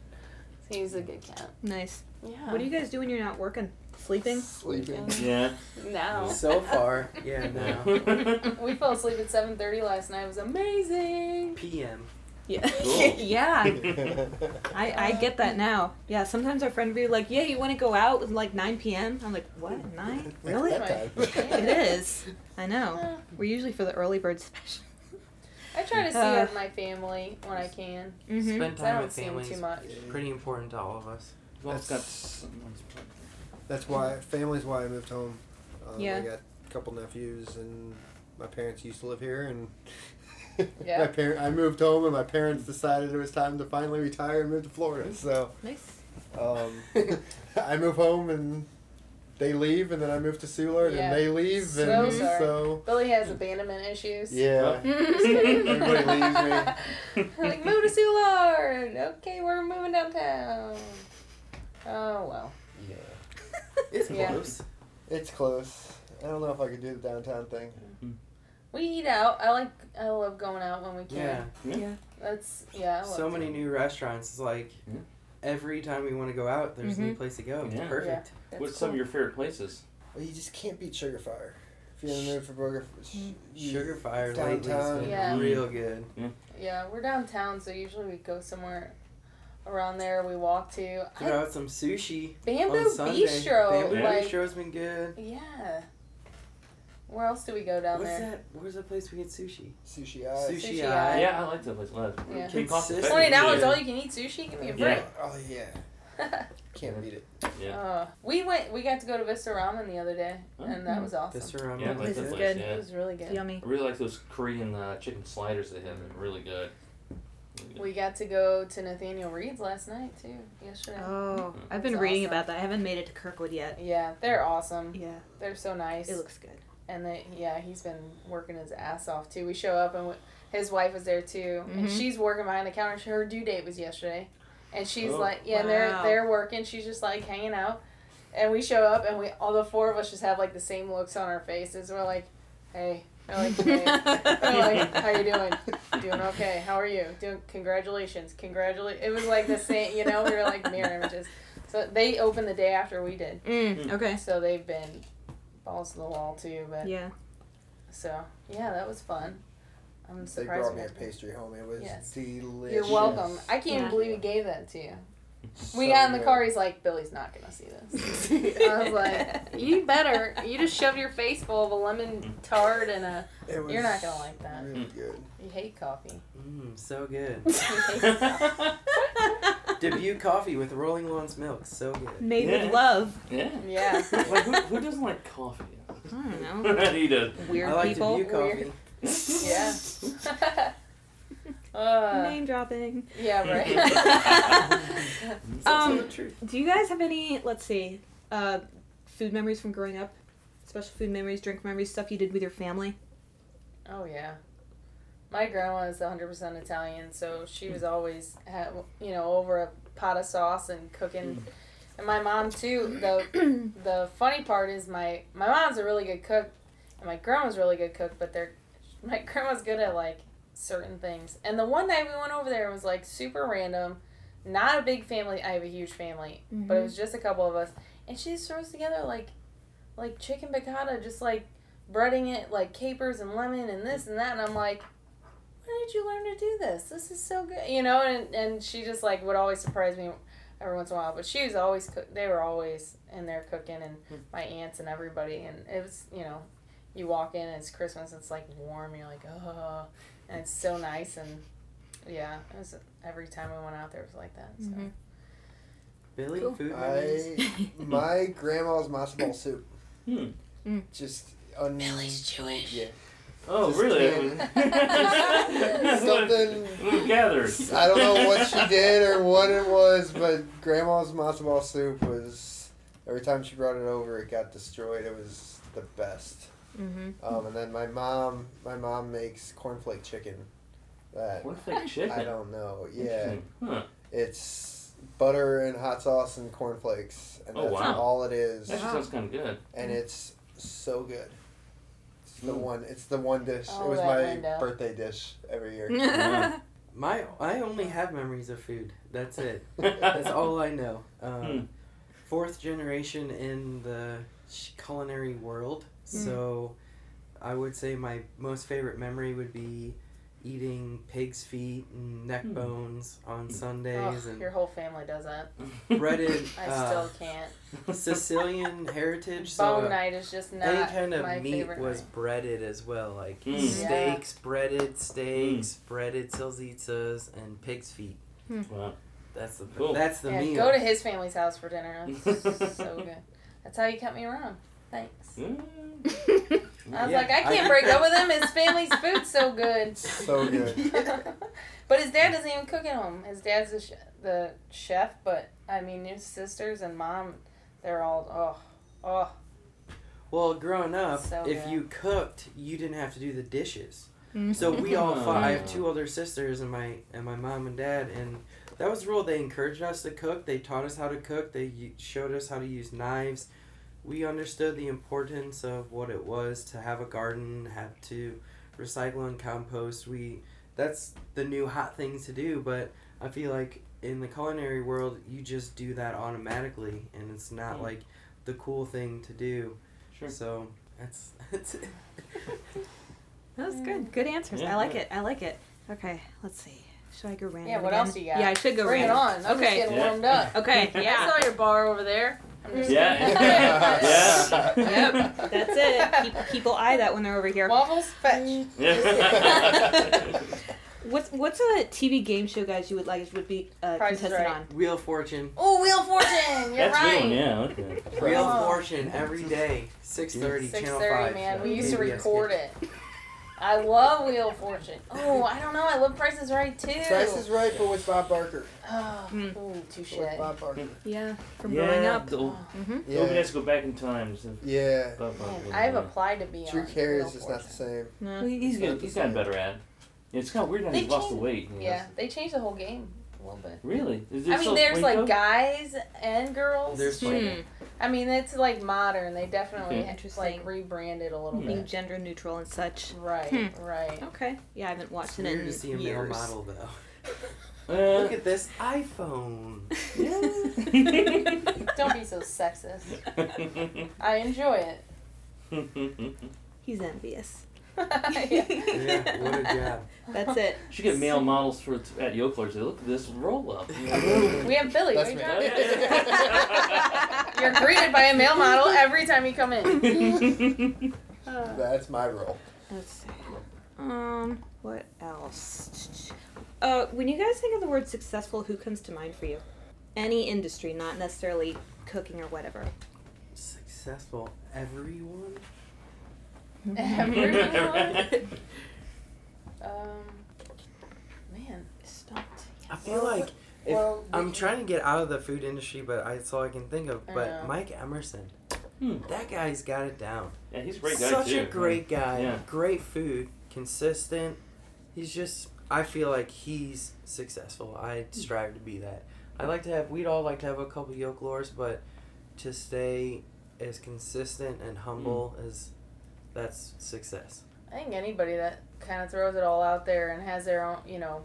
S3: So he's a good cat.
S2: nice.
S3: Yeah.
S2: What do you guys do when you're not working? Sleeping?
S5: Sleeping.
S1: Yeah.
S3: now?
S4: So far, yeah, no.
S3: We fell asleep at 7.30 last night. It was amazing.
S4: PM.
S2: Yeah.
S1: Cool.
S2: yeah. I, I
S3: Uh,
S2: get that now. Yeah, sometimes our friend would be like, Yeah, you want to go out? It's like 9 p.m. I'm like, What? 9? Really?
S5: That time.
S2: it is. I know. We're usually for the early bird special.
S3: I try to see
S2: Uh.
S3: with my family when I can.
S2: Mhm.
S4: Spend
S3: 'cause I
S4: time
S3: don't
S4: with
S3: see them
S4: family
S3: too
S4: is
S3: much.
S4: pretty important to all of us.
S1: Well, it's got
S5: That's-
S1: someone's plate.
S5: That's why family's why I moved home. Um,
S2: Yeah.
S5: I got a couple nephews, and my parents used to live here, and
S3: Yeah.
S5: my parent, I moved home, and my parents decided it was time to finally retire and move to Florida. So
S2: Nice.
S5: um, I move home, and they leave, and then I move to Soulard,
S3: Yeah.
S5: and they leave,
S3: So
S5: and
S3: sorry.
S5: so
S3: Billy
S4: Mm.
S3: has abandonment issues.
S5: yeah.
S1: Everybody
S3: leaves me. like, move to Soulard. Okay, we're moving downtown. Oh, well.
S5: Yeah.
S4: It's
S3: Yeah.
S4: close.
S5: It's close. I don't know if I could do the downtown thing.
S3: We eat out. I like, I love going out when we can.
S4: Yeah.
S3: That's, yeah. I love
S4: So many new restaurants. It's like
S1: Yeah.
S4: every time we want to go out, there's a
S3: Mm-hmm.
S4: new place to go. It's
S1: Yeah.
S4: perfect.
S3: That's
S1: What's
S3: cool.
S1: some of your favorite places?
S5: Well, you just can't beat Sugar Fire. If you're in the mood for burger, sh- you-
S4: Sugar Fire lately has
S5: Downtown.
S4: been
S3: Yeah.
S4: real good.
S3: Yeah, we're downtown, so usually we go somewhere around there. We walk to
S4: Throw
S3: I,
S4: out some sushi
S3: Bamboo
S4: on Sunday.
S3: Bistro.
S4: Bamboo
S3: like,
S4: Bistro's been good.
S3: Yeah. Where else do we go down
S4: What's
S3: there?
S4: that? Where's that place we get sushi?
S5: sushi
S1: Uh,
S5: eyes.
S4: Sushi,
S3: Sushi
S4: Eye.
S3: Eye.
S1: yeah, I like that place. Last.
S3: Yeah.
S1: Pretty cost effective.
S3: Twenty dollars,
S4: Yeah.
S3: all you can eat sushi. Give me a break.
S1: Yeah.
S5: Oh yeah, can't beat it.
S1: Yeah.
S3: Uh, we went. We got to go to Vista Ramen the other day,
S1: Oh.
S3: and that was awesome.
S4: This ramen.
S1: Yeah, I like
S2: This
S1: that
S2: is
S1: place.
S2: good.
S1: Yeah.
S3: It was really good.
S2: Yummy.
S1: I really like those Korean uh, chicken sliders they have. They're really good. Really good.
S3: We got to go to Nathaniel Reed's last night too. Yesterday.
S2: Oh, I've
S3: It's
S2: been reading
S3: awesome.
S2: about that. I haven't made it to Kirkwood yet.
S3: Yeah, they're awesome.
S2: Yeah,
S3: They're so nice.
S2: it looks good.
S3: and they, yeah, he's been working his ass off too. We show up and we, his wife was there too, and
S2: Mhm.
S3: she's working behind the counter. Her due date was yesterday, and she's
S1: Oh.
S3: like, yeah, and they're
S2: Wow.
S3: they're working. She's just like hanging out, and we show up and we all the four of us just have like the same looks on our faces. We're like, hey, we're like, hey. We're like, how you doing? Doing okay. How are you? Doing congratulations. Congratulate. It was like the same, you know. We were like mirror images. So they opened the day after we did.
S2: Mm, okay.
S3: So they've been balls to the wall too, but
S2: Yeah.
S3: so yeah, that was fun. I'm
S5: They
S3: surprised.
S5: brought me a
S3: we-
S5: pastry home. It was
S3: Yes.
S5: delicious.
S3: You're welcome. I can't even
S2: Yeah.
S3: believe he gave that to you.
S5: So
S3: We got in the
S5: good.
S3: car. He's like, Billy's not gonna see this. I was like, you better. You just shoved your face full of a lemon tart and a.
S5: It was
S3: You're not gonna like that.
S5: Really
S1: Hmm.
S5: good.
S3: You hate coffee.
S4: Mm, so good.
S3: You hate coffee.
S4: Dubuque coffee with Rolling Lawn's milk. So good.
S2: Made
S1: Yeah.
S2: with love.
S1: yeah.
S3: yeah.
S1: Like, who, who doesn't like coffee?
S2: I don't know.
S1: he does.
S2: Weird
S4: I like
S2: people.
S4: Dubuque coffee.
S3: Yeah. uh,
S2: Name dropping.
S3: yeah. Uh, Right.
S4: It's
S2: Um,
S4: also the truth.
S2: Do you guys have any, let's see, uh, food memories from growing up? Special food memories, drink memories, stuff you did with your family?
S3: Oh yeah, my grandma is one hundred percent Italian, so she was always ha- you know over a pot of sauce and cooking, and my mom too. The the funny part is my my mom's a really good cook, and my grandma's a really good cook, but they're my grandma's good at like certain things. And the one night we went over there was like super random, not a big family. I have a huge family, Mm-hmm. but
S2: Mm-hmm.
S3: it was just a couple of us, and she just throws together like like chicken piccata, just like breading it like capers and lemon and this and that and I'm like when did you learn to do this this is so good you know and, and she just like would always surprise me every once in a while but she was always cook- they were always in there cooking and my aunts and everybody and it was you know you walk in and it's Christmas and it's like warm you're like oh and it's so nice and yeah it was every time we went out there it was like that so
S2: Mhm.
S4: Billy,
S2: cool.
S4: food memories.
S5: I my grandma's matzo ball soup.
S1: Hmm.
S2: Mm.
S5: Just un-
S3: Jewish
S5: yeah.
S1: Oh,
S5: Just
S1: really?
S5: kidding.
S1: That's what-
S5: Something-
S1: We've gathered.
S5: I don't know what she did or what it was, but grandma's matzo ball soup was every time she brought it over, it got destroyed. It was the best.
S2: Mm-hmm.
S5: Um, and then my mom, my mom makes cornflake chicken. That
S1: What if they chicken?
S5: I don't know. Yeah,
S1: Interesting. Huh.
S5: it's butter and hot sauce and cornflakes, and
S1: Oh,
S5: that's
S1: wow.
S5: all it is.
S1: That actually sounds kind of good.
S5: And it's so good. It's the
S1: Mm.
S5: one. It's the one dish.
S3: Oh,
S5: it was
S3: that
S5: my
S3: window.
S5: birthday dish every year.
S1: Yeah.
S4: My I only have memories of food. That's it. That's all I know. Um,
S1: Hmm.
S4: Fourth generation in the sh- culinary world,
S3: Hmm.
S4: so I would say my most favorite memory would be eating pig's feet and neck
S1: Hmm.
S4: bones on Sundays
S3: Ugh, your
S4: and
S3: whole family does that
S4: breaded
S3: I
S4: uh,
S3: still can't
S4: Sicilian heritage. So
S3: Bone night is just not
S4: any kind
S3: my
S4: of meat
S3: favorite
S4: was
S3: night.
S4: breaded as well, like
S1: Mm.
S3: Yeah.
S4: steaks, breaded steaks,
S1: Hmm.
S4: breaded salsitas, and pig's feet.
S1: Wow.
S4: That's the
S1: Cool.
S4: that's the
S3: Yeah,
S4: meal.
S3: go to his family's house for dinner. That's so good. That's how you cut me around. Thanks.
S1: Mm.
S3: I was
S5: Yeah,
S3: like, I
S5: I
S3: can't
S5: get
S3: break
S5: that.
S3: up with him. His family's food's so good.
S5: So good.
S3: but his dad doesn't even cook at home. His dad's the, sh- the chef, but I mean, his sisters and mom, they're all, oh, oh.
S4: Well, growing up,
S3: So
S4: if
S3: good.
S4: you cooked, you didn't have to do the dishes. So we all
S1: Oh.
S4: fought. I have two older sisters and my and my mom and dad, and that was the rule. They encouraged us to cook. They taught us how to cook. They u- showed us how to use knives. We understood the importance of what it was to have a garden, have to recycle and compost. We that's the new hot thing to do, but I feel like in the culinary world, you just do that automatically, and it's not
S1: Mm.
S4: like the cool thing to do.
S1: Sure.
S4: So that's that's it.
S2: That was good. Good answers.
S1: Yeah,
S2: I like
S1: yeah.
S2: it. I like it. Okay, let's see. Should I go random?
S3: Yeah, what
S2: again?
S3: else you got?
S2: Yeah, I should go
S3: Bring it
S2: random.
S3: on. I'm just
S2: Okay.
S3: getting
S1: Yeah.
S3: warmed up.
S2: Okay, yeah.
S3: I saw your bar over there. I'm just
S1: Yeah.
S5: Yeah.
S1: Yeah.
S2: That's it. People, people eye that when they're over here.
S3: Waffles, fetch.
S1: Yeah.
S2: What's what's a TV game show, guys? You would like would be uh,
S3: Price is
S2: contested
S3: Right.
S2: on?
S4: Wheel of Fortune.
S3: Oh, Wheel of Fortune. You're
S1: That's a good
S3: right.
S1: one, yeah. Okay.
S4: Wheel
S3: Oh.
S4: of Fortune every day, six thirty,
S3: Six
S4: Channel
S3: thirty,
S4: Five.
S3: man.
S1: yeah.
S3: We used to
S4: Maybe
S3: record
S4: that's
S3: it. I love Wheel of Fortune. Oh, I don't know. I love Price is Right too.
S5: Price is right, but with Bob Barker.
S3: Oh,
S2: Mm.
S3: ooh, touche.
S5: With Bob Barker.
S1: Mm.
S2: Yeah, from
S1: yeah,
S2: growing up.
S1: The, old-
S2: Mm-hmm.
S1: the old
S5: Yeah.
S1: guys go back in time. So,
S5: Yeah.
S3: Man, I have applied to be
S5: Drew
S3: on.
S5: Carey
S3: Wheel
S5: is
S3: of
S5: just not the
S3: Fortune.
S5: same.
S2: No.
S1: He's good.
S5: not the
S1: He's gotten
S5: same.
S1: better at. it. Yeah, it's kind of weird how
S3: They
S1: he's lost the
S3: changed-
S1: weight. you know,
S3: Yeah,
S1: it's-
S3: they changed the whole game a little bit.
S1: Really? Is there
S3: I mean,
S1: still
S3: there's like
S1: Winco?
S3: guys and girls.
S4: There's
S2: Hmm.
S3: I mean, it's like modern. They definitely
S4: Hmm.
S1: Okay.
S3: had
S2: Interesting.
S3: like rebranded a little
S1: Hmm.
S2: Being
S3: bit.
S2: gender neutral and such.
S3: Right,
S2: Hmm.
S3: right.
S2: Okay. Yeah, I haven't
S4: It's
S2: watched it
S4: weird
S2: in
S4: to see a male
S2: years.
S4: model though.
S1: Uh,
S4: Look at this iPhone.
S3: Don't be so sexist. I enjoy it.
S2: He's envious.
S3: Yeah.
S4: Yeah, what a job.
S2: That's it.
S1: should get male models for at Yoklers. They look at this roll up.
S3: We have Billy.
S5: That's
S3: What
S5: me.
S3: are you
S4: Oh,
S3: driving? You're greeted by a male model every time you come in. Uh,
S5: That's my role.
S2: Let's see. Um, what else? Uh, when you guys think of the word successful, who comes to mind for you? Any industry, not necessarily cooking or whatever.
S4: Successful everyone.
S3: Mm-hmm. Everyone. Um, man,
S2: Stumped.
S4: I feel like if
S3: Well, we
S4: I'm
S3: can-
S4: trying to get out of the food industry, but I, it's all I can think of.
S3: I
S4: But
S3: know.
S4: Mike Emerson,
S1: Hmm.
S4: that guy's got it down.
S1: yeah, he's a great guy
S4: Such
S1: too.
S4: a great guy.
S1: Yeah.
S4: Great food, consistent. He's just. I feel like he's successful. I strive to be that. I like to have. We'd all like to have a couple yoke lures, but to stay as consistent and humble
S1: Hmm.
S4: as that's success.
S3: I think anybody that kind of throws it all out there and has their own, you know,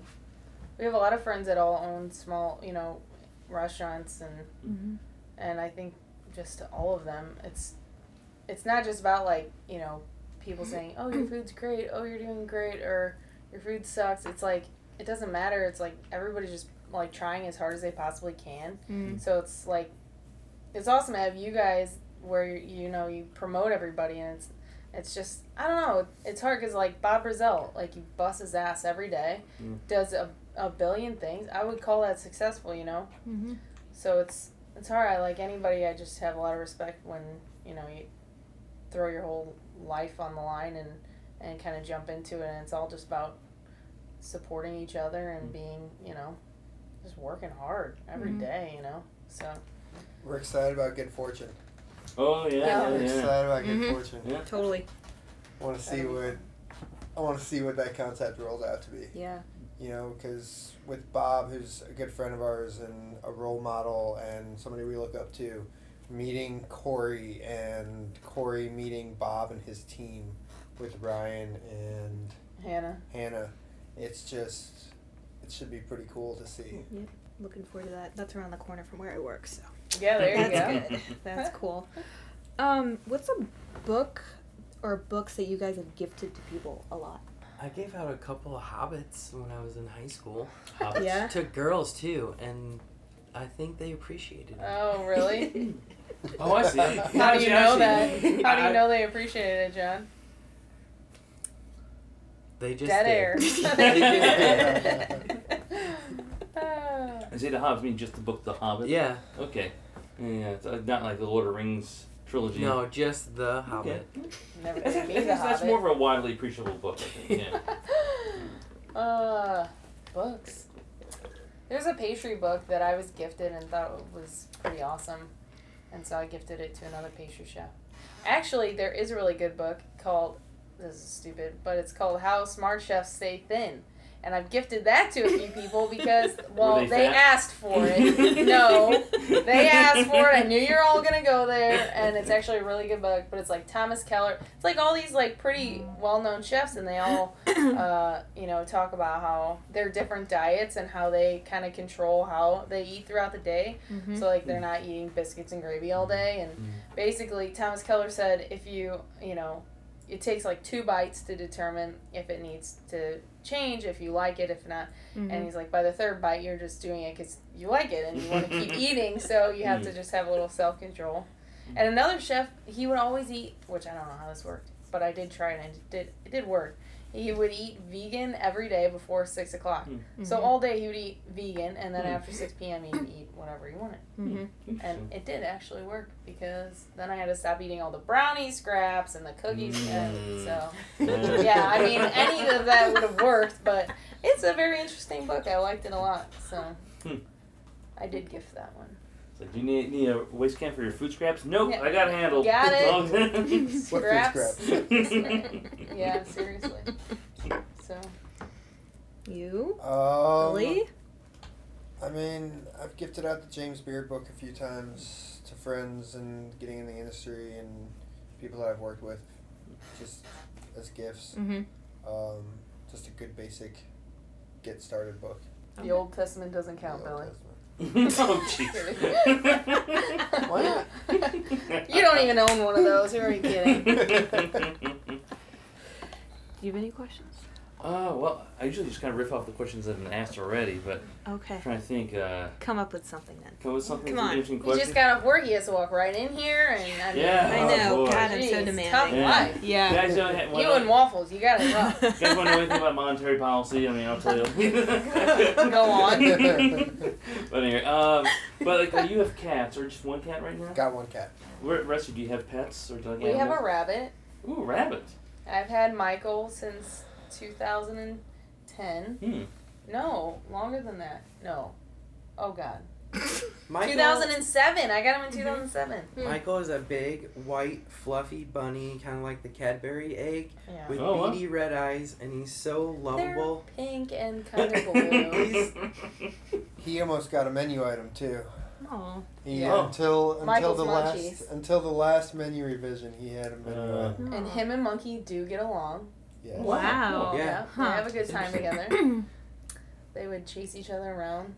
S3: we have a lot of friends that all own small, you know, restaurants and
S2: Mhm.
S3: and I think just to all of them, it's it's not just about like you know people saying oh your food's great, oh you're doing great, or your food sucks. It's like it doesn't matter. It's like everybody's just like trying as hard as they possibly can.
S2: Mm.
S3: So it's like it's awesome to have you guys where you know you promote everybody and it's it's just I don't know. It's hard because like Bob Brazell, like he busts his ass every day,
S1: Mm.
S3: does a a billion things. I would call that successful, you know.
S2: Mhm.
S3: So it's it's hard. I like anybody. I just have a lot of respect when you know you throw your whole life on the line and and kind of jump into it. And it's all just about supporting each other and
S4: Mm.
S3: being you know just working hard every day.
S2: Mhm.
S3: You know. So
S5: We're excited about Good Fortune.
S1: Oh yeah,
S5: We're
S1: yeah. Mm-hmm. yeah.
S5: excited about
S2: Mhm.
S5: Good Fortune.
S1: Yeah.
S2: Totally.
S5: I want to see what I want to see what that concept rolls out to be.
S2: Yeah.
S5: You know, because with Bob, who's a good friend of ours and a role model and somebody we look up to, meeting Corey and Corey meeting Bob and his team with Ryan and
S3: Hannah,
S5: Hannah, it's just it should be pretty cool to see.
S2: Looking forward to that. That's around the corner from where I work, so
S3: yeah, there you
S2: that's
S3: go.
S1: go.
S2: good. That's cool. Um, what's a book or books that you guys have gifted to people a lot?
S4: I gave out a couple of hobbits when I was in high school
S1: Hobbits.
S2: Yeah.
S4: to girls too, and I think they appreciated it.
S3: Oh really?
S1: Oh, I see.
S3: How do you know that?
S1: Actually-
S3: How do you know they appreciated it, John?
S4: They just
S3: Dead
S4: did.
S3: air.
S1: I say the Hobbit mean just the book The Hobbit.
S4: Yeah,
S1: Okay. Yeah, it's uh, not like the Lord of Rings trilogy.
S4: No, just the Hobbit.
S3: Never
S1: That's,
S3: gave me the
S1: that's- that's
S3: Hobbit.
S1: more of a widely appreciable book. I think. Yeah.
S3: uh, books. There's a pastry book that I was gifted and thought was pretty awesome, and so I gifted it to another pastry chef. Actually, there is a really good book called this is stupid, but it's called How Smart Chefs Stay Thin. And I've gifted that to a few people because, well,
S1: they
S3: they,
S1: fat?
S3: asked for it. no, they asked for it. I knew you're all gonna go there, and it's actually a really good book. But it's like Thomas Keller. It's like all these like pretty well-known chefs, and they all, uh, you know, talk about how their different diets and how they kind of control how they eat throughout the day.
S2: Mhm.
S3: So like they're not eating biscuits and gravy all day. And basically, Thomas Keller said if you you know, it takes like two bites to determine if it needs to change, if you like it, if not.
S2: mm-hmm,
S1: Mm-hmm.
S3: And he's like, by the third bite, you're just doing it because you like it and you want to keep eating, so you have to just have a little self control.
S1: Mm-hmm.
S3: And another chef, he would always eat, which I don't know how this worked, but I did try it and it did it did work. He would eat vegan every day before six o'clock.
S1: Mm.
S3: So
S1: Mm-hmm.
S3: all day he would eat vegan, and then after six p.m. he'd eat whatever he wanted.
S2: Mhm.
S3: And it did actually work because then I had to stop eating all the brownie scraps and the cookies. And
S1: Mm.
S3: so
S1: Yeah.
S2: mm-hmm.
S3: yeah, I mean, any of that would have worked, but it's a very interesting book. I liked it a lot, so
S1: Hmm.
S3: I did gift that one.
S1: It's like, do you need, need a waste can for your food scraps? Nope,
S3: Yeah.
S1: I got handled. Oh,
S3: Got
S1: it.
S5: What food
S3: Scraps.
S1: scraps?
S3: yeah, seriously. So
S2: You,
S5: Um,
S2: Ellie?
S5: I mean, I've gifted out the James Beard book a few times to friends and getting in the industry and people that I've worked with, just as gifts.
S3: Mm. Mm-hmm.
S2: Mhm.
S5: Um, just a good basic get started book.
S2: Okay.
S3: the Old Testament doesn't count,
S5: The Old
S3: Billy.
S5: Testament.
S1: oh, jeez.
S5: Why not?
S3: you don't even own one of those. Who are you kidding?
S2: Do you have any questions?
S1: Oh, well, I usually just kind of riff off the questions that have been asked already, but
S2: Okay.
S1: I'm trying to think. Uh,
S2: Come up with something then.
S1: come up with something
S2: Come on.
S1: interesting
S3: You
S1: question.
S3: just got off work. He has to walk right in here, and I mean,
S1: Yeah. oh,
S2: I know.
S1: boy.
S2: God, I'm so
S3: Jeez,
S2: demanding.
S3: Tough
S1: Yeah.
S3: life.
S1: You
S2: Yeah.
S1: guys don't have,
S3: uh, You and waffles. You got it rough.
S1: You guys want to know anything about monetary policy? I mean, I'll tell you.
S3: Go
S5: on.
S1: but anyway, um, but like, uh, you have cats, or just one cat right now?
S5: Got one cat.
S1: Where, Rusty, do you have pets or do you like
S3: we have
S1: animals?
S3: a rabbit.
S1: Ooh, rabbit.
S3: I've had Michael since 2010.
S1: Hmm.
S3: No, longer than that. No. Oh God. Mm-hmm.
S4: Michael,
S3: 2007. I got him in 2007.
S4: Michael is a big, white, fluffy bunny, kind of like the Cadbury egg,
S3: Yeah.
S4: with
S1: Oh, wow.
S4: beady red eyes, and he's so
S3: They're
S4: lovable.
S3: pink and kind of blue.
S1: Hmm.
S5: He almost got a menu item too.
S2: Oh.
S5: He
S1: Yeah.
S5: until until
S3: Michael's
S5: the last
S3: Munchies.
S5: until the last menu revision, he had a menu
S1: Uh,
S5: item.
S3: and him and Monkey do get along.
S5: Yeah.
S1: Wow.
S2: Wow.
S4: Yeah.
S3: Oh, They have a good time together. They would chase each other around.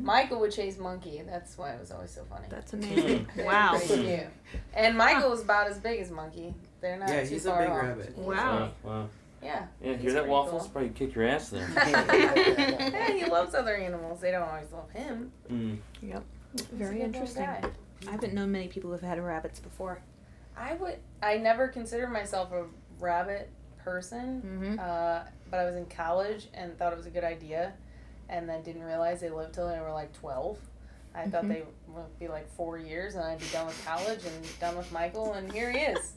S3: Michael would chase Monkey. That's why it was always so funny.
S2: That's amazing. wow.
S3: Pretty cute. And Michael was about as big as Monkey. They're not
S4: Yeah,
S3: too
S4: he's a
S3: far
S4: big
S3: off.
S4: rabbit.
S2: Wow.
S1: Wow, wow.
S3: Yeah.
S1: Yeah,
S3: He's
S1: hear that
S3: pretty
S1: waffles?
S3: cool.
S1: Probably kick your ass there.
S3: yeah, he loves other animals. They don't always love him.
S1: Mm.
S3: He's a
S2: Very
S3: good little
S2: interesting.
S3: guy.
S2: I haven't known many people who've had rabbits before.
S3: I would. I never considered myself a rabbit person,
S2: Mm-hmm.
S3: uh, but I was in college and thought it was a good idea, and then didn't realize they lived till they were like twelve. I thought
S2: Mhm.
S3: they would be like four years, and I'd be done with college and done with Michael, and here he is.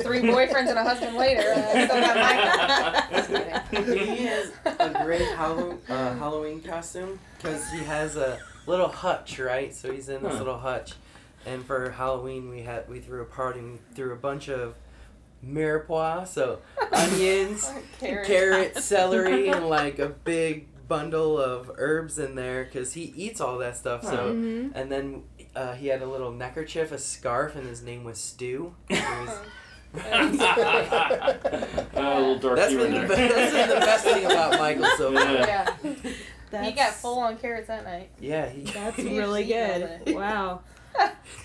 S3: Three boyfriends and a husband later, and I still got Michael. Just kidding.
S4: He is a great Hallow- uh, Halloween costume because he has a little hutch, right? So he's in this
S1: Huh.
S4: little hutch, and for Halloween we had we threw a party and we threw a bunch of mirepoix, so onions,
S3: Carrots.
S4: carrot, celery, and like a big bundle of herbs in there because he eats all that stuff. So
S2: Mm-hmm.
S4: and then uh, he had a little neckerchief, a scarf, and his name was Stew. It was
S1: Oh, a little dark
S4: That's
S1: humor
S4: been, the,
S1: there.
S4: be- that's been the best thing about Michael so far.
S1: Yeah.
S3: Yeah, he got full on carrots that night.
S4: Yeah, he,
S2: That's
S3: You
S2: really good.
S3: just emailed
S2: Wow.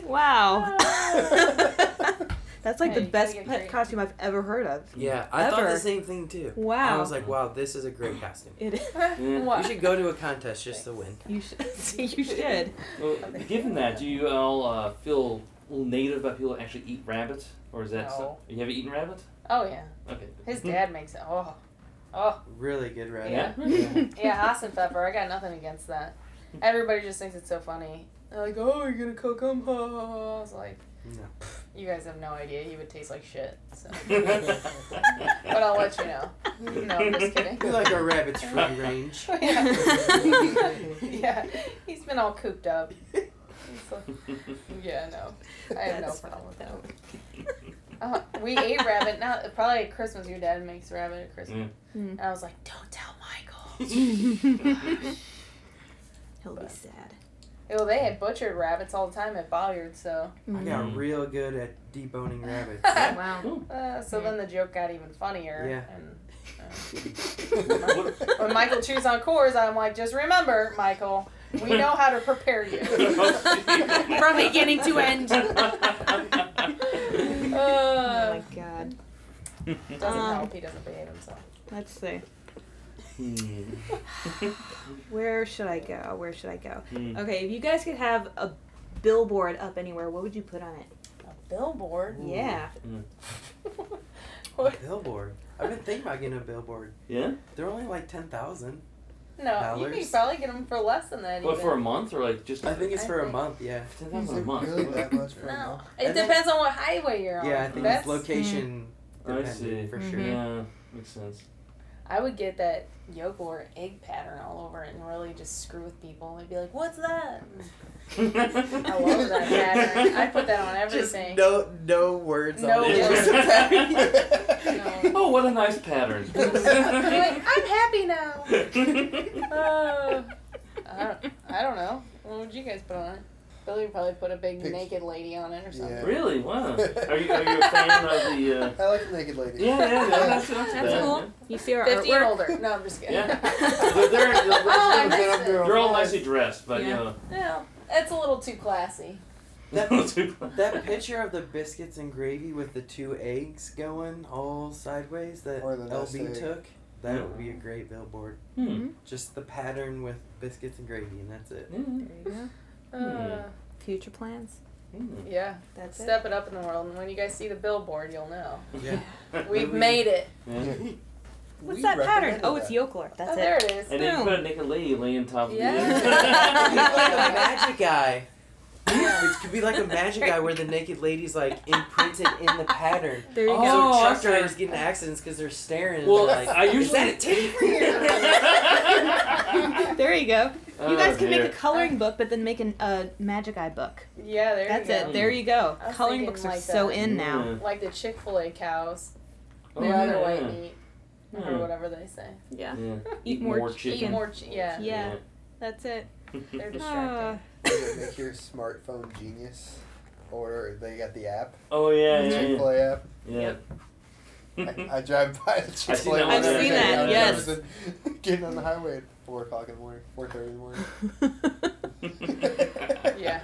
S2: Wow. Oh. That's like
S3: Yeah,
S2: the
S3: you
S2: best
S3: gotta get
S2: pet
S3: great.
S2: costume I've ever heard of.
S4: yeah. I thought
S2: Ever.
S4: the same thing too.
S2: Wow.
S4: I was like, wow, this is a great costume.
S2: it is.
S1: Yeah.
S4: We
S3: What?
S4: should go to a contest just to win.
S2: You should. See, you should.
S1: Well, given that, do you all uh, feel a little native about people that actually eat rabbit, or is that
S3: No.
S1: so- you haven't eaten rabbit?
S3: Oh yeah,
S1: Okay.
S3: his dad makes it. Oh, oh
S4: Really good rabbit.
S1: Yeah.
S3: yeah, Hassan pepper. I got nothing against that. Everybody just thinks it's so funny. They're like, oh, you're gonna cook him? Ha, ha, ha. I was like,
S4: No.
S3: You guys have no idea. He would taste like shit. So.
S1: but
S3: But I'll let you know. No, I'm just kidding.
S4: We like our rabbits free range.
S3: yeah. yeah, he's been all cooped up. He's like- yeah, no, I have
S2: That's
S3: no problem with that.
S2: fucked
S3: Uh, we ate rabbit. Not probably at Christmas. Your dad makes rabbit at Christmas.
S2: Yeah. Mm.
S3: And I was like, don't tell Michael.
S2: He'll be sad.
S3: Well, they had butchered rabbits all the time at Bollard, so
S2: Mm.
S4: I got
S1: Mhm.
S4: real good at deboning rabbits.
S2: Wow.
S3: uh, so then the joke got even funnier.
S4: Yeah.
S3: And
S1: What-
S3: when Michael chews on cores, I'm like, just remember, Michael, we know how to prepare you.
S2: From beginning to end.
S3: Uh,
S2: Oh my god.
S3: doesn't
S2: Um,
S3: help. He doesn't behave himself.
S2: Let's see.
S1: Hmm.
S2: Where should I go? Where should I go?
S1: Hmm.
S2: Okay, if you guys could have a billboard up anywhere, what would you put on it?
S3: A billboard.
S4: Ooh.
S2: Yeah.
S4: A
S3: What?
S4: billboard. I've been thinking about getting a billboard.
S1: yeah?
S4: They're only like ten thousand.
S3: No, you
S4: Dollars?
S3: can probably get them for less than that.
S1: What,
S3: even.
S1: for a month or like just
S4: I think it's
S3: I
S4: for a
S3: think-
S4: month. Yeah.
S1: ten
S5: Is
S1: thousand a
S5: it
S1: month?
S5: really that much for a
S3: No,
S5: month?
S3: it
S4: I think-
S3: depends on what highway you're on.
S4: Yeah, I think
S3: That's,
S4: it's location
S1: I
S4: dependent
S1: see.
S4: for
S2: Mhm.
S4: sure.
S1: Yeah, makes sense.
S3: I would get that yogurt egg pattern all over it and really just screw with people. They'd be like, "What's that?"
S1: I
S3: I love that pattern. I put that on everything.
S4: no, no words.
S3: No
S4: it.
S1: words.
S4: Just a pattern.
S3: No.
S1: Oh, what a nice pattern.
S3: I'm like, I'm happy now. Uh, I, don't, I don't know. What would you guys put on it? Billy would probably put a big
S5: Pic-
S3: naked lady on it or something.
S5: Yeah.
S1: really? Wow. Are you, are you a fan of the? Uh...
S5: I like naked ladies.
S1: Yeah, yeah, yeah. That's, that's,
S2: That's
S1: bad.
S2: cool. You see our
S3: 50 and
S2: artwork?
S3: older. No, I'm just kidding.
S1: Yeah.
S3: Yeah.
S1: They're, they're, they're,
S3: Oh, I
S5: Then I'm girl
S1: they're all
S5: boss.
S1: nicely dressed, but uh,
S2: Yeah.
S3: that's a little too classy.
S1: you know.
S4: That picture of the biscuits and gravy with the two eggs going all sideways that
S5: Or the nest
S4: LB
S5: egg.
S4: took, that
S1: Yeah.
S4: would be a great billboard.
S1: Hmm.
S4: Just the pattern with biscuits and gravy, and that's it.
S1: Yeah.
S2: There you go.
S3: Uh,
S2: Future plans.
S1: Hmm.
S3: yeah.
S2: Hmm. That's it.
S3: Step it up in the world, and when you guys see the billboard, you'll know.
S4: Yeah.
S3: We've
S4: Really?
S3: made it.
S1: Yeah.
S2: What's
S5: We
S2: that pattern?
S5: recommended
S2: Oh, it's
S5: that.
S2: Yokelor. That's
S3: oh,
S2: it.
S3: there it is.
S1: And then you
S2: Boom.
S1: put a naked lady laying on top of
S3: Yeah.
S4: Could be like a
S1: you.
S4: magic eye. It could be like a magic eye where the naked lady's like imprinted in the pattern.
S2: There you
S1: Oh,
S2: go.
S4: so truck
S1: okay.
S4: drivers get in accidents because they're staring. and
S1: Well,
S4: they're like,
S1: I
S4: Is that a
S1: usually-
S4: titty for
S1: Yeah.
S2: There you go.
S1: Oh,
S2: You guys can make a
S1: dear.
S2: coloring book, but then make an, a magic eye book.
S3: Yeah, there
S2: That's
S3: you go.
S2: it. There you go.
S3: I was
S2: Coloring
S3: thinking
S2: books are
S3: like
S2: so
S3: that.
S2: in now.
S1: Yeah.
S3: Like the Chick fil A cows.
S1: Oh,
S3: They're
S1: yeah,
S3: either white
S1: yeah.
S3: and eat, or
S1: Hmm.
S3: whatever they say.
S2: Yeah.
S1: Yeah.
S2: Eat more
S3: Eat
S2: Chicken.
S3: more. Ch- yeah.
S2: Yeah. That's it.
S3: They're
S2: Ah.
S3: distracting.
S5: Does it make your smartphone genius? Or they got the app,
S1: Oh yeah, yeah,
S5: Chick
S1: yeah.
S5: Fil A app.
S1: yeah.
S5: I, I drive by the Chick Fil A.
S1: that one. I've seen that, yes.
S5: Getting on the highway at four o'clock in the morning, four thirty in the morning.
S3: Yeah.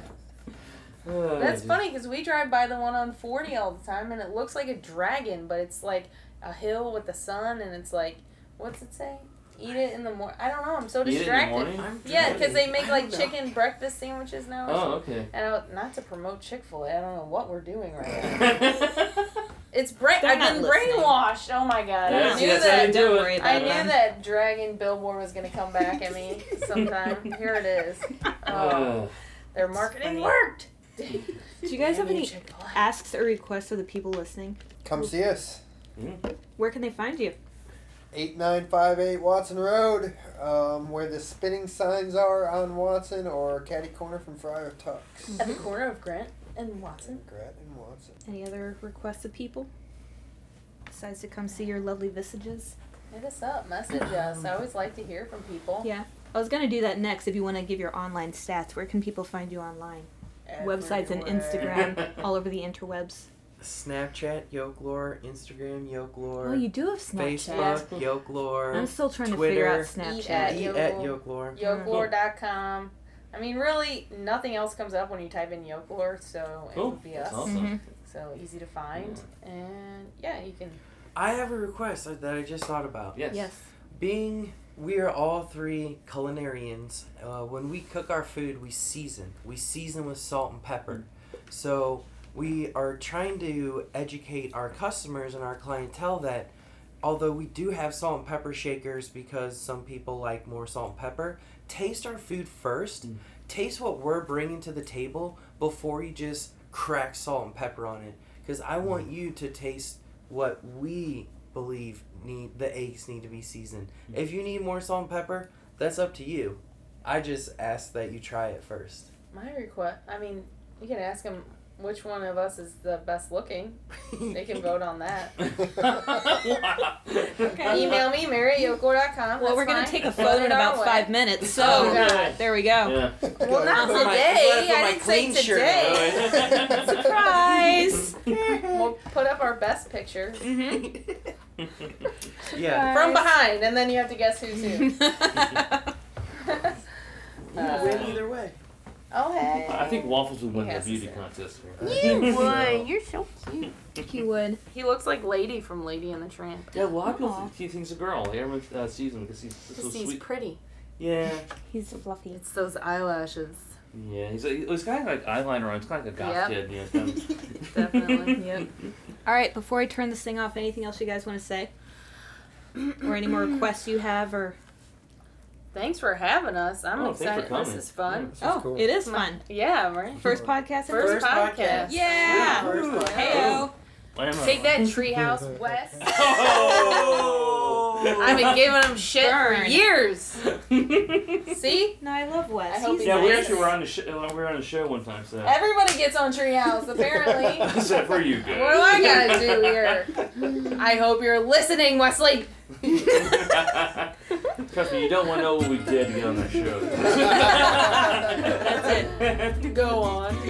S1: Oh,
S3: That's
S1: dear.
S3: funny because we drive by the one on 40 all the time and it looks like a dragon, but it's like a hill with the sun and it's like, what's it say? Eat it in the morning. I don't know. I'm so
S1: Eat it in the
S3: distracted.
S1: morning?
S4: I'm
S3: Yeah, because they
S4: driving.
S3: make
S4: I
S3: like
S4: don't know.
S3: chicken breakfast sandwiches now. Or
S1: Oh
S3: something.
S1: okay.
S3: And I, not to promote Chick Fil A, I don't know what we're doing right now.
S1: yeah,
S3: It's brain.
S2: They're
S3: I've
S2: not
S3: been
S2: listening.
S3: brainwashed. Oh my god! I
S2: Yeah,
S1: see,
S3: knew
S1: that's how
S3: that.
S1: you do
S2: Don't worry
S1: it.
S2: about
S3: I
S2: it.
S3: knew that dragon billboard was gonna come back at me sometime. Here it is. Oh,
S1: Uh,
S3: their marketing
S2: funny.
S3: worked.
S2: Do you guys have
S3: Damn you,
S2: any
S3: Chick-fil-A.
S2: asks or requests of the people listening?
S5: Come see us.
S2: Where can they find you?
S5: 8958 Watson Road, um, where the spinning signs are on Watson or Caddy Corner from Friar Tuck's.
S2: Mm-hmm.
S3: At the corner of Grant and Watson.
S5: Grat and Watson.
S2: Any other requests of people? Besides to come see your lovely visages?
S3: Hit us up. Message us. I always like to hear from people.
S2: Yeah. I was going to do that next if you want to give your online stats. Where can people find you online? Websites and
S3: Everywhere.
S2: Instagram, all over the interwebs.
S4: Snapchat, Yokelore, Instagram, Yokelore,
S2: Oh, you do have Snapchat.
S4: Facebook, Yokelore,
S2: I'm still trying to figure
S4: Twitter,
S2: out
S3: eat
S2: Snapchat.
S3: at
S4: E at Yokelore.
S3: Yokelore.com. I mean, really, nothing else comes up when you type in Yokelore, so it
S1: cool.
S3: would be us.
S1: That's
S2: Mm-hmm.
S1: awesome.
S3: So easy to find. And yeah, you can.
S4: I have a request that I just thought about.
S1: Yes.
S2: Yes.
S4: Being we are all three culinarians, uh, when we cook our food, we season. We season with salt and pepper. So we are trying to educate our customers and our clientele that although we do have salt and pepper shakers because some people like more salt and pepper, taste our food first. Taste what we're bringing to the table before you just crack salt and pepper on it because I want you to taste what we believe need the eggs need to be seasoned. If you need more salt and pepper, that's up to you. I just ask that you try it first.
S3: My request. I mean, you can ask them which one of us is the best looking. They can vote on that.
S1: okay.
S3: Email me, maryyoko.com.
S2: Well, we're going to take a photo in about five minutes, so
S3: Oh, God.
S2: there we go.
S1: Yeah.
S3: Well, not
S2: Put my-
S3: today.
S4: put my
S3: I didn't say
S4: clean shirt
S3: today.
S1: on.
S2: Surprise!
S3: We'll put up our best picture
S2: Mhm.
S4: Yeah.
S3: from behind, and then you have to guess who's who.
S4: You
S3: Uh,
S4: win either way.
S3: oh hey.
S1: I think Waffles would win
S3: He
S1: the
S3: has to
S1: beauty
S3: say.
S1: contest.
S2: You
S5: would.
S2: You're so cute. He would.
S3: he looks like Lady from Lady and the Tramp.
S1: Yeah, a lot of people
S2: Aw.
S1: think he thinks a girl. Everyone uh, sees him because he's so
S3: Because he's
S1: sweet.
S3: pretty.
S1: Yeah,
S2: He's fluffy.
S3: It's those eyelashes.
S1: yeah. He's, like, he's kind of like eyeliner on. He's kind of like a goth
S3: Yep.
S1: kid. You know, kind of-
S3: Definitely. Yep.
S2: All right, before I turn this thing off, anything else you guys want to say? or any more requests you have? Or
S3: Thanks for having us. I'm
S1: Oh, thanks for
S3: excited. This
S1: coming.
S3: is fun.
S5: This is
S2: Oh,
S5: cool.
S2: it is fun.
S3: Yeah, right.
S2: First podcast ever?
S3: First podcast.
S2: Yeah.
S5: First
S1: Ooh.
S5: podcast.
S2: Heyo.
S1: I am a-
S3: Take that treehouse, Wes.
S1: Oh!
S3: I've been giving him shit for
S2: Burn.
S3: years. See?
S2: No, I love Wes.
S3: I hope
S2: He's
S3: he-
S1: yeah, we
S3: nice.
S1: actually were on the show. We were on the show one time. So
S3: Everybody gets on treehouse, apparently. what
S1: except for you guys.
S3: do I gotta do here? I hope you're listening, Wesley.
S1: Trust me, you don't want to know what we did to get on that show.
S3: That's
S1: it.
S3: Go on.
S1: All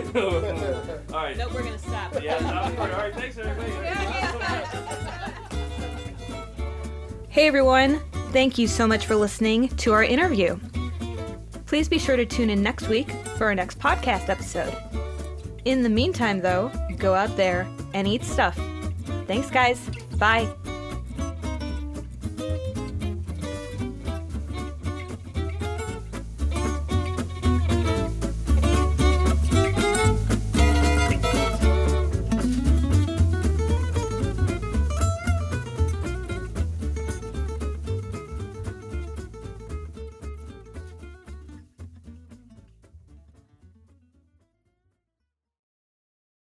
S1: right.
S2: No, we're going to stop.
S1: Yeah, that was good. All right. Thanks, everybody.
S2: Hey everyone, thank you so much for listening to our interview. Please be sure to tune in next week for our next podcast episode. In the meantime, though, go out there and eat stuff. Thanks, guys. Bye.